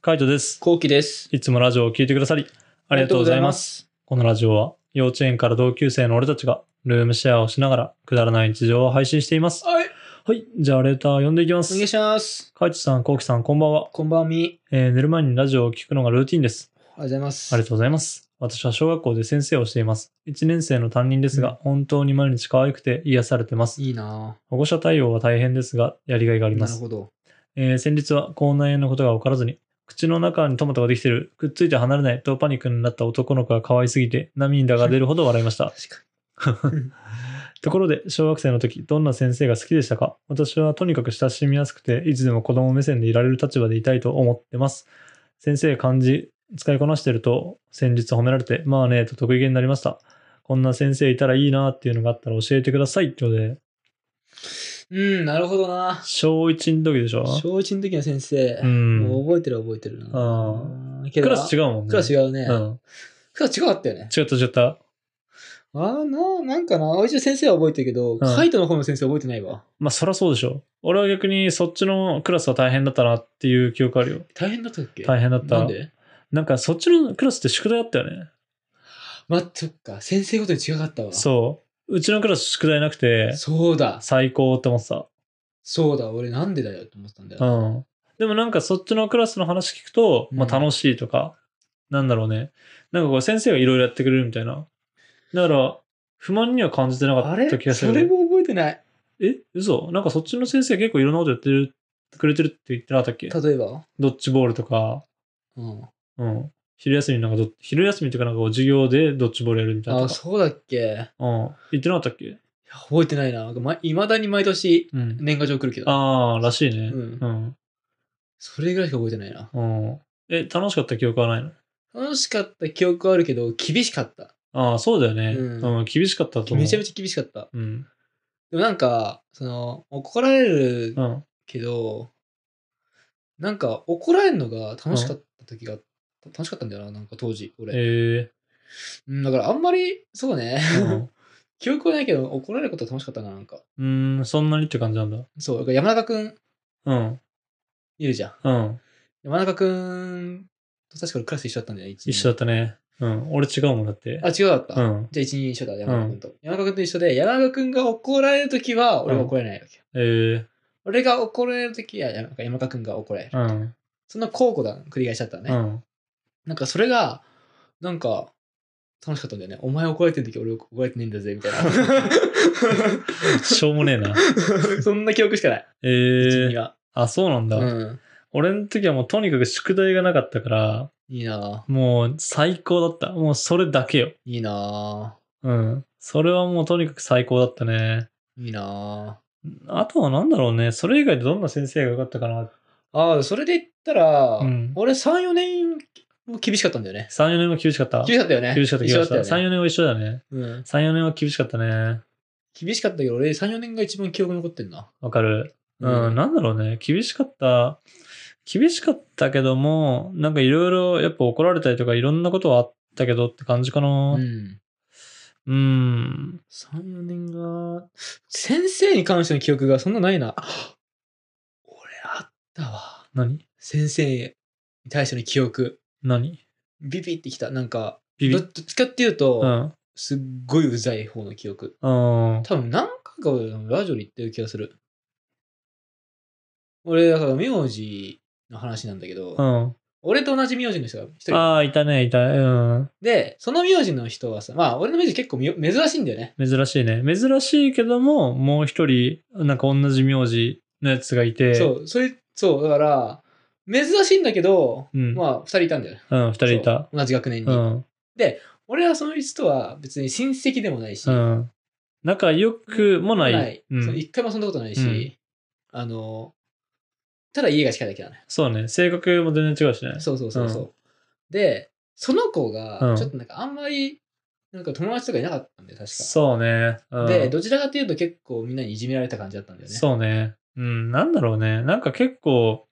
カイトです。こうきです。いつもラジオを聴いてくださり、ありがとうございます。す。このラジオは、幼稚園から同級生の俺たちが、ルームシェアをしながら、くだらない日常を配信しています。はい。はい。じゃあ、レーター読んでいきまお願いす。します。カイトさん、コウキさん、こんばんは。こんばんみ。えー寝る前にラジオを聞くのがルーティンです。おはようございます。ありがとうございます。私は小学校で先生をしています。1年生の担任ですが、うん本当に毎日可愛くて癒されてます。いいな保護者対応は大変ですが、やりがいがありぁ。まなるす。ほど。えー先日は口内炎のことが分からずに、口の中にトマトができてる、くっついて離れないとパニックになった男の子が可愛すぎて、涙が出るほど笑いま した。確かところで、小学生の時、どんな先生が好きでしたか私はとにかく親しみやすくて、いつでも子供目線でいられる立場でいたいと思ってます。先生、漢字、使いこなしてると、先日褒められて、まあね、と得意げになりました。こんな先生いたらいいなっていうのがあったら教えてくださいってことで、に。うん、なるほどな小1の時でしょ小1の時の先生、うんもう覚えてる覚えてるなあけどクラス違うもんね。クラス違違うね。うん。クラス違かったよね。違った違った。ああ、ななんかな一応先生は覚えてるけど、カイトの方の先生覚えてないわ。まあそりゃそうでしょ。俺は逆にそっちのクラスは大変だったなっていう記憶あるよ。大変だったっけ大変だった。なんでなんかそっちのクラスって宿題あったよね。まあ、そっか。先生ごとに違かったわ。そう。うちのクラス宿題なくて、そうだ。最高って思ってた。そうだ。俺なんでだよって思ってたんだよ。うん。でもなんかそっちのクラスの話聞くと、まあうん楽しいとか、なんだろうね。なんかこう先生がいろいろやってくれるみたいな。だから、不満には感じてなかあった気れがすそれる。も覚えてない。え嘘なんかそっちの先生結構いろんなことやってるくれてるって言ってなかったっけ例えばドッジボールとか。うん。うん。昼休みなんかど、昼休みとかなんかこう授業でドッジボールやるみたいなあ、とか。そうだっけうん。言ってなかったっけ覚えてないな。いまだに毎年うん。年賀状来るけど。ああ、らしいね。うんうん。それぐらいしか覚えてないな。うん。え、楽しかった記憶はないの楽しかった記憶はあるけど、厳しかった。ああ、そうだよね。ううん。厳しかったと思う。めちゃめちちゃ厳しかった。ゃ。うん。でもなんか、その、怒られるうん。けど、なんか怒られるのが楽しかった時が、楽しかったんだよな、なんか当時、俺。えうん、だからあんまり、そうね、 え記憶はないけど、怒られることは楽しかったな、なんか。 うん。うん、そんなにって感じなんだ。そう、だから山中くんうん。いるじゃん。うん。山中くんと確か俺クラス一緒だったんだよね、一緒だったね。うん。俺違うもんだって。あ、違うだった。うん。じゃあ一人一緒だ、山中君と。山中君と一緒で、山中君が怒られるときは、俺が怒られないわけよ。ええ俺が怒られるときは、山中君が怒られる。うん。その交互だ、繰り返しちゃったね。 うん。なんかそれが、なんか、楽しかったんだよね。お前怒られてるとき俺怒られてないんだぜ、みたい しょうもねえな。な。 そんな記憶しかない。えうちにえは。あ、そうなんだ。うん。俺の時はもうとにかく宿題がなかったから、いいなぁもう最高だった。もうそれだけよ。いいなうん。それはもうとにかく最高だったね。ぁいいなあとはなんだろうね。それ以外でどんな先生が良かったかな。ぁああ、それで言ったら、うん俺3、4年も厳しかったんだよね。 3、4年も厳しかった。厳しかったよね。厳しかった、厳一し緒かだっ。ったた3、よね。 4年は一緒だよね。うん3、4年は厳しかったね。厳しかったけど、俺3、4年が一番記憶に残ってんな。わかる。うん、うんなんだろうね。厳しかった。厳しかったけども、なんかいろいろやっぱ怒られたりとかいろんなことはあったけどって感じかな。ううん。ん。3、4年が、先生に関しての記憶がそんなないな。あ俺あったわ。何先生に対しての記憶。何ビビってきた。なんか、ビビどどっちかっていうと、うん。すっごいうざい方の記憶。うん。多分何回か俺ラジオで言ってる気がする。俺、だから名字の話なんだけど、うん。俺と同じ名字の人が一人。ああ、いたね、いた。うん。で、その名字の人はさ、まあ俺の名字結構み珍しいんだよね。珍しいね。珍しいけども、もう一人、なんか同じ名字のやつがいて、そう、それ、そう、だから、珍しいんだけど、うんまあ、二人いたんだよね。うん、二人いた。そう同じ学年に。うん、俺はその人とは別に親戚でもないし、うん。仲良くもない。う、そうん一回も遊んだことないし、うんあの、ただ家が近いだけだね。そうね。性格も全然違うしね。そうそうそうそう。で、その子がう、んちょっとなんかあんまり、なんか友達とかいなかったんで、確か。そうね。うん、で、どちらかというと結構みんなにいじめられた感じだったんだよね。そうね。うん、なんだろうね。なんか結構、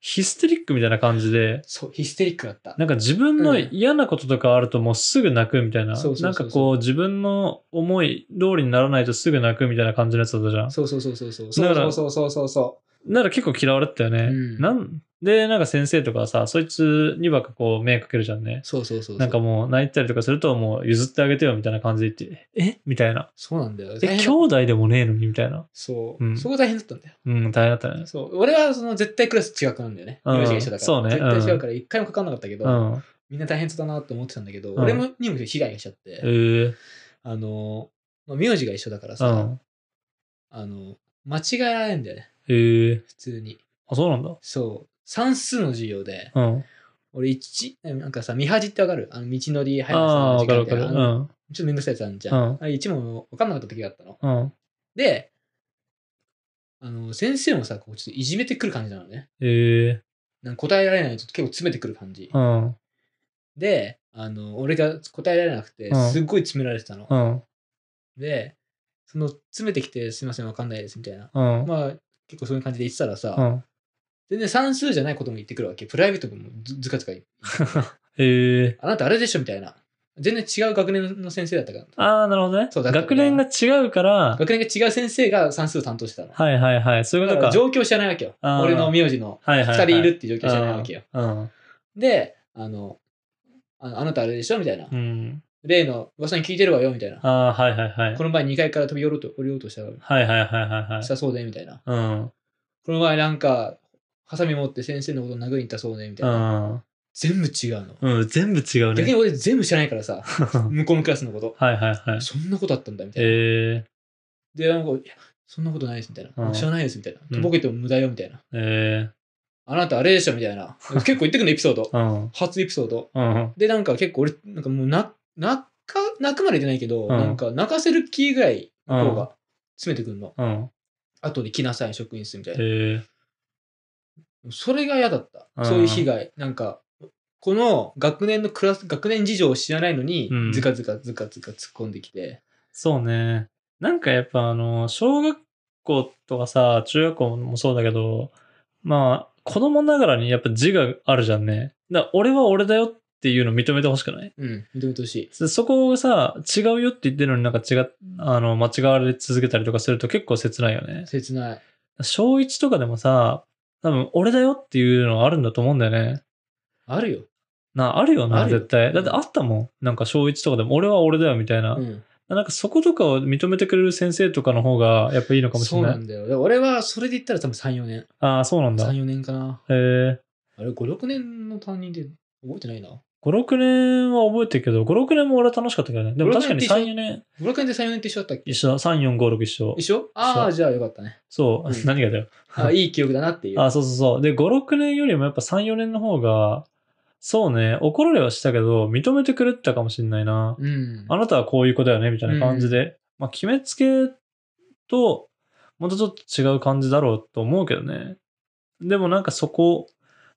ヒステリックみたいな感じで、そう、ヒステリックだった。なんか自分のうん嫌なこととかあるともうすぐ泣くみたいな。そうそうそうそうなんかこう、自分の思い通りにならないとすぐ泣くみたいな感じのやつだったじゃん。そうそうそうそうそう。だからそうそうそうそうそう。なら結構嫌われてたよね。うんなんで、なんか先生とかさ、そいつにばっかこう目かけるじゃんね。そうそうそうそう。なんかもう泣いたりとかするともう譲ってあげてよみたいな感じで言って、えみたいな。そうなんだよ。大え、変だ兄弟でもねえのにみたいな。そう、うんそこ大変だったんだよ。うん、大変だったね。そう。俺はその絶対クラス違くなんだよね。うん名字が一緒だから。そうね絶対違うから一回もかかんなかったけど、うん。みんな大変そうだなって思ってたんだけど、ん俺もにも被害がしちゃって、えー、あの、まあ名字が一緒だからうさ、ん。あの、間違えられんだよね、えー、普通に。あ、そうなんだ。そう。算数の授業で、うん。俺一、なんかさ、見恥ってわかるあの道のりあ早さあー、のわかるわみたかいる。なうあのん。ちょっとめんどくさいやつあんじゃうんん。あれ一問分かんなかった時があったの。うん。で、あの、先生もさ、こうちょっといじめてくる感じなのね。えなんか答えられないと結構詰めてくる感じー、。うん。で、あの、俺が答えられなくてう、んすっごい詰められてたのう。ん。で、その、詰めてきて、すいません、わかんないです、みたいな。うん。まあ、結構そういう感じで言ってたらうさ、ん。全然算数じゃないことも言ってくるわけ。プライベートもずずかずか言ってえー、あなたあれでしょみたいな。全然違う学年の先生だったから。ああ、なるほどね。そうだから学年が違うから、学年が違う先生が算数を担当してたの。はいはいはい。そういうこだとか。から状況を知らないわけよ。あー俺の名字のはいはい、 2はい。人いるっていう状況を知らないわけよ。うん。で、あの、あのあなたあれでしょみたいなう。ん。例の噂に聞いてるわよみたいな。ああー、はいはいはい。この前2階から飛び降りようと降りようとしたらはいはいはいはいはいし。たそうでみたいな。うん。この前なんか、ハサミ持って先生のこと殴りに行ったそうねみたいうな。ん。全部違うの。うん、全部違う逆にね。俺全部知らないか らさ、向こうのクラスのこと。はいはいはい。そんなことあったんだみたいな。えで、なんか、いや、そんなことないですみたいうんな。知らないですみたいな。うんとぼけても無駄よみたいな。ー、えあなたあれでしょみた いな。結構言ってくるの、エピソード。ー、うん。初エピソード。うん。で、なんか結構俺、なんかもうな、泣か、泣くまで言ってないけど、んなんか泣かせる気ぐらい、うん方が詰めてくるの。うん。後で来なさい、職員室みたいな。えそれが嫌だったう。んそういう被害。なんか、この学年のクラス、学年事情を知らないのにうん、ずかずかずかずか突っ込んできて。そうね。なんかやっぱあの、小学校とかさ、中学校もそうだけど、まあ、子供ながらにやっぱ自我あるじゃんね。だから俺は俺だよっていうの認めてほしくないうん、認めてほしい。そそこをさ、違うよって言ってるのになんか違っ、あの、間違われ続けたりとかすると結構切ないよね。切ない。小1とかでもさ、多分俺だよっていうのあるんだと思うんだよね。あるよ。な、あるよな、あるよ絶対。んだってあったもん。なんか小1とかでも俺は俺だよみたいな。うん。なんかそことかを認めてくれる先生とかの方がやっぱいいのかもしそれうな。ないんだよ。で俺はそれで言ったら多分3、4年。ああ、そうなんだ。 3、へ4年かな。えあれ、5、6年の担任で覚えてないな。 5、6年は覚えてるけど、5、6年も俺は楽しかったけどね。でも5 6確かに年って3、一緒4年5、6年で3、4年って一緒だったっけ一緒だ。3、4、5、6一緒。一緒あそあ、うじゃあよかったね。そう。うん何がだよ。あいい記憶だなっていう。あ、そうそうそう。で、5、6年よりもやっぱ3、4年の方が、そうね、怒られはしたけど、認めてくれてたかもしんないな。うん。あなたはこういう子だよね、みたいな感じで。まあ、決めつけと、またちょっと違う感じだろうと思うけどね。でもなんかそこ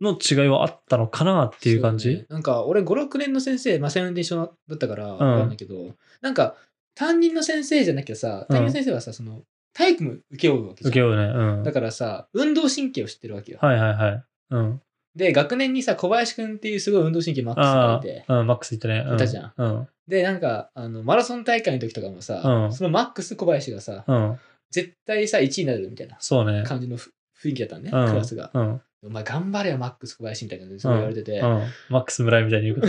の違いはあったのかなっていう感そだじね。なんか、俺5、6年の先生、まあ、3、4年で一緒だったから、んなんだけど、なんか、担任の先生じゃなきゃさ、担任の先生はさ、その、体育も受け負うわけじ受ゃん。けようね。うん。だからさ、運動神経を知ってるわけよ。はいはいはい。うん。で、学年にさ、小林くんっていうすごい運動神経マックスがあいて、あ、うん、マックスいったね。ういたじゃん。うん。で、なんか、あの、マラソン大会の時とかもさ、うんそのマックス小林がさ、うん。絶対さ、1位になるみたいなそうね。感じのふ雰囲気だったのね、うんクラスが。うん。お前頑張れよ、マックス小林みたいな感じですごい言われてて。うん。マックス村井みたいに言う こと。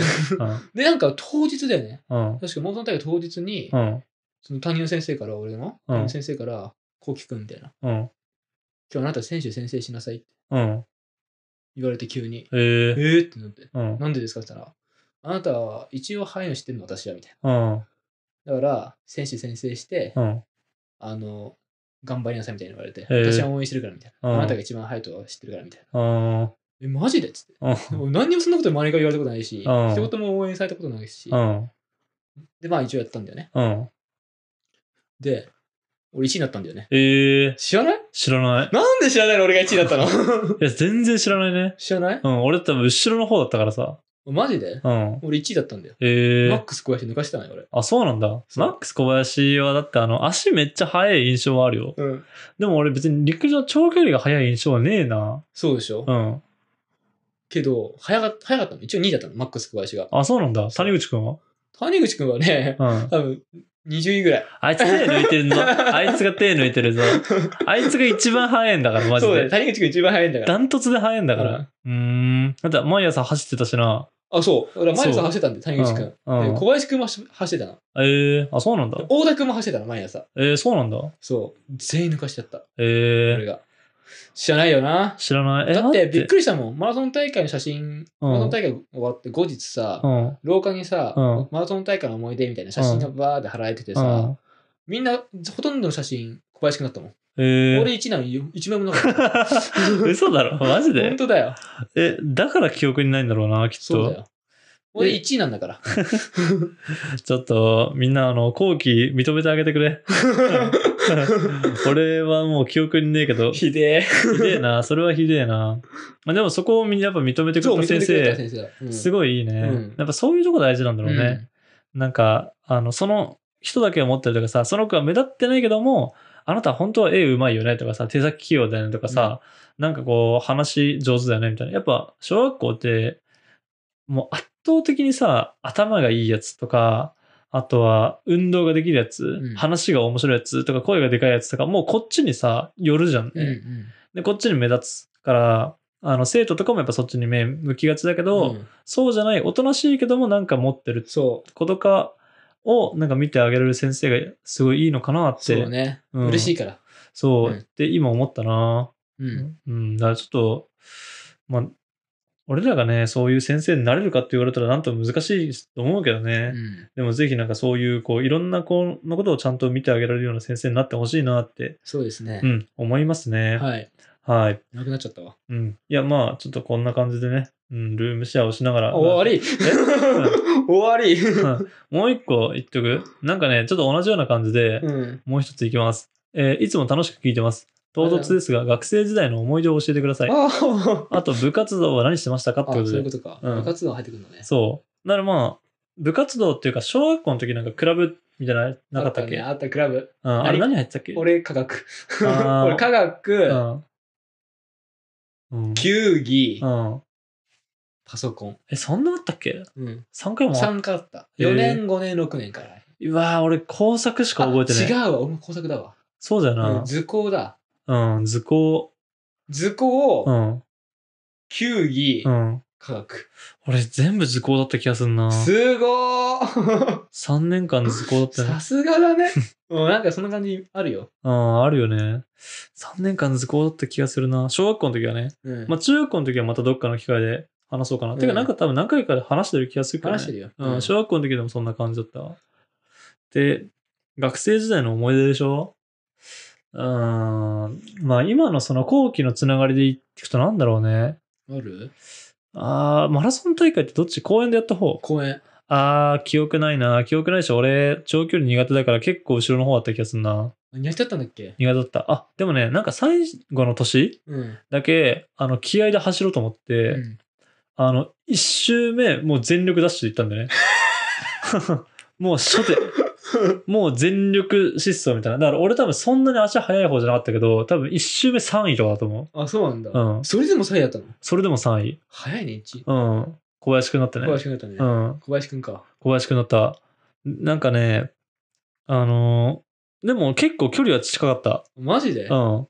で、なんか当日だよね。うん。うん。確か、モンソン大会当日に、うん。その担任の先生から、俺の、うん担任の先生から、こう聞くみたいな。うん。今日あなた選手宣誓しなさいってうん。言われて急に。えええ。ーってなって。うん。なんでですかって言ったら、あなたは一応範囲を知ってるの私はみたいうん。な。だから、選手宣誓して、うん。あの、頑張りなさいみたいに言われて、へー私は応援してるからみたいな。うんあなたが一番ハイトは知ってるからみたいな。うん。え、マジでっつって。う俺何にもそんなこと周りから言われたことないうし、ん一言も応援されたことないし、ん。で、まあ一応やったんだよね。うん。で、俺1位になったんだよね。ええ。知らない知らない。なんで知らないの俺が1位だったのいや、全然知らないね。 知らないうん。俺多分後ろの方だったからさ。マジでうん。俺1位だったんだよ。えマッえ。クス小林抜かしてたのよ、あ、そうなんだ。そうマックス小林はだってあの、足めっちゃ速い印象はあるよ。俺。うん。でも俺別に陸上長距離が速い印象はねえな。そうでしょ、うん。けど、早かった、早かったの。一応2位だったの、マックス小林が。あ、そうなんだ。谷口くんは 谷口くんはね、うん。多分、 20位ぐらい。あいつ手抜いてるぞ。あいつが手抜いて るぞ。あいつが一番早いんだから、マジそうだね。で。谷口君一番早いんだから。ダントツで早いんだから。うーん。だって毎朝走ってたしな。あ、そう。だから毎そ朝う走ってたんで、谷口君。でうんうん小林君も走走ってたな。ええあ、そうなんだで。大田君も走ってたの、毎朝。ええそうなんだ。そう。全員抜かしちゃった。俺ええが。知らないよな。知らない。え、だってびっり。くりしたもん。マラソン大会の写真、マラソン大会終わって後日さう、ん。廊下にさうん、マラソン大会の思い出みたいな写真がバーって貼られててさ、みんな、ほとんどの写真、小林君だったもん。うん、え俺1なのに1枚もなかった。 え嘘 だろマジ本で当だよ。え、だから記憶にないんだろうな、きっそうだと。よ。俺1位なんだから。ちょっと、みんな、あの、後期認めてあげてく れ。俺はもう記憶にねえけど、ひひでえ。でえな、それはひでえな。まあ、でもそこをみんなやっぱ認めてくれそう、た認め先てくれた生、先生だ。うんすごいいいね、うんやっぱそういうとこ大事なんだろうね。うんなんか、あの、その人だけを持ってるとかさ、その子は目立ってないけども、あなた本当は絵うまいよねとかさ、手先器用だよねとかさ、なんかこう、話上手だよねみたいな。やっぱ、小学校って、もう圧倒的にさ、頭がいいやつとか、あとは、運動ができるやつ、うん話が面白いやつとか、声がでかいやつとか、もうこっちにさ、寄るじゃんね。うんうんで、こっちに目立つから、あの、生徒とかもやっぱそっちに目向きがちだけど、うんそうじゃない、おとなしいけどもなんか持ってるそ子とかをなんか見てあげられる先生がすごいいいのかなっう、て。そうね。うん嬉しいから。そううんって今思ったな。うん。うん、だからちょっと、まあ、俺らがね、そういう先生になれるかって言われたらなんとも難しいと思うけどね。うんでもぜひなんかそういう、こう、いろんな子のことをちゃんと見てあげられるような先生になってほしいなって、そうですねう。ん、思いますね。はい。はい。なくなっちゃったわ。うん。いや、まあ、ちょっとこんな感じでね、うん、ルームシェアをしながら。終わり 終わりうん もう一個言っとくなんかね、ちょっと同じような感じで、うん。もう一ついきます。えーいつも楽しく聞いてます。唐突ですが、学生時代の思い出を教えてください。 あーあと、部活動は何してましたかってあ、こそとういうでこ。とか。うん部活動入ってくるのね。そう。ならまあ、部活動っていうか、小学校の時なんかクラブみたいなのなかったっけあねあったクラブ。うん、あれ何入ってたっけ俺、科学。あー 俺、科う学、ん。うん。球技う、ん。パソコン。え、そんなあったっけうん。 ?3 回もあっ3回あった。へー4年、5年、6年から。うわー俺工作しか覚えてない。あ違うわ、俺も工作だわ。そうだよう。なん図工だ。うん、図工。図工、うん。球技、うん。科学。俺全部図工だった気がするな。す ごー3年間図工だったねさ。すがだね。もうなんかそんな感じあるよ。うん、あるよね。3年間図工だった気がするな。小学校の時はね。うん。まあ中学校の時はまたどっかの機会で話そうかな。てかなんか多分何回かで話してる気がするけどね。話してるよ。うん、小学校の時でもそんな感じだったわ。で、学生時代の思い出でしょうーん。まあ今のその後期のつながりでいくとなんだろうね。あるああ、マラソン大会ってどっち公園でやった方公園。ああ、記憶ないな。記憶ないし、俺、長距離苦手だから結構後ろの方だった気がするな。やっちゃったんだっけ苦手だった。あ、でもね、なんか最後の年うん。だけ、あの、気合で走ろうと思って、うんあの、一周目、もう全力ダッシュで行ったんだよね。 もう初手。もう全力疾走みたいな。だから俺多分そんなに足速い方じゃなかったけど、多分一周目3位とかだと思あ、そうなんだ。う。うん。それでも3位だったのそれでも3位。早いね、1。うん。小林くんだったね。小林くんだったね。うん。小林くんか。小林くんだった。なんかね、あのーでも結構距離は近かった。マジうでん。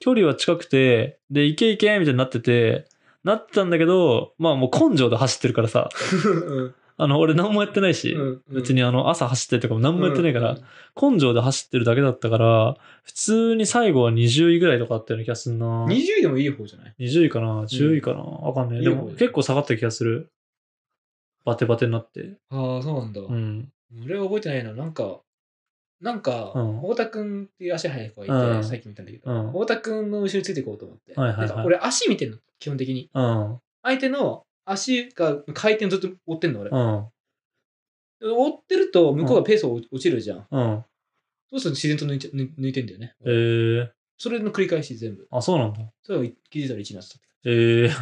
距離は近くて、で、いけいけみたいになってて、なってたんだけど、まあもう根性で走ってるからさ、うんあの、俺何もやってないし、うん別にあの、朝走ってとかも何もやってないから、うん根性で走ってるだけだったから、普通に最後は20位ぐらいとかあったような気がするな。 20位でもいい方じゃない20位かな ?10 位かな、わかんない。でもいいよ結構下がった気がする。バテバテになって。ああ、そうなんだ。うん。俺は覚えてないな。なんか、なんか、うん太田くんっていう足速い子がいて、うん最近見たんだけど、うん太田くんの後ろについていこうと思って。はいはいはいなんか俺足見てんの、基本的に。うん。相手の足が回転ずっと追ってんの、俺。うん。追ってると、向こうがペース落ちるじゃん。うん。そうすると自然と抜いちゃ抜抜いてんだよね。えー、それの繰り返し全部。あ、そうなんだ。それを気づいたら1になってた。え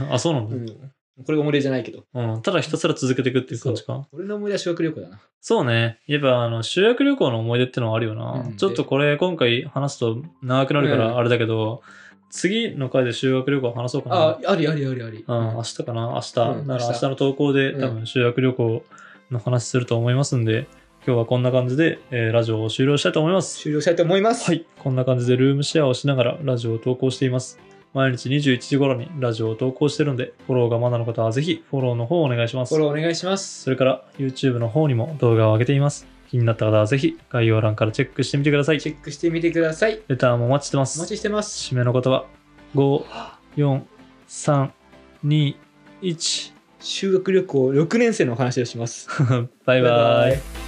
ー、あ、そうなんだ。うん、これが思い出じゃないけど。うん、ただひたすら続けていくっていう感じか。俺の思い出は修学旅行だな。そうね。やっぱ、あの、修学旅行の思い出ってのはあるよな。うんちょっとこれ、今回話すと長くなるかうらんあれだけど、次の回で修学旅行話そうかな。あ、ありありありあり。うん、明日かな明日。うんなら明明日日の投稿で、うん多分修学旅行の話すると思いますんで、今日はこんな感じで、えーラジオを終了したいと思います。終了したいと思います。はい、こんな感じでルームシェアをしながらラジオを投稿しています。毎日21時頃にラジオを投稿してるので、フォローがまだの方はぜひフォローの方をお願いしますフォ。ローお願いします。それから YouTube の方にも動画を上げています。気になった方はぜひ概要欄からチェックしてみてください。チェックしてみてください。レターもお待ちしてまおす。待ちしてます。締めの言葉。5、4、3、2、1。修学旅行6年生のお話をします。 バイバイ。バイバイ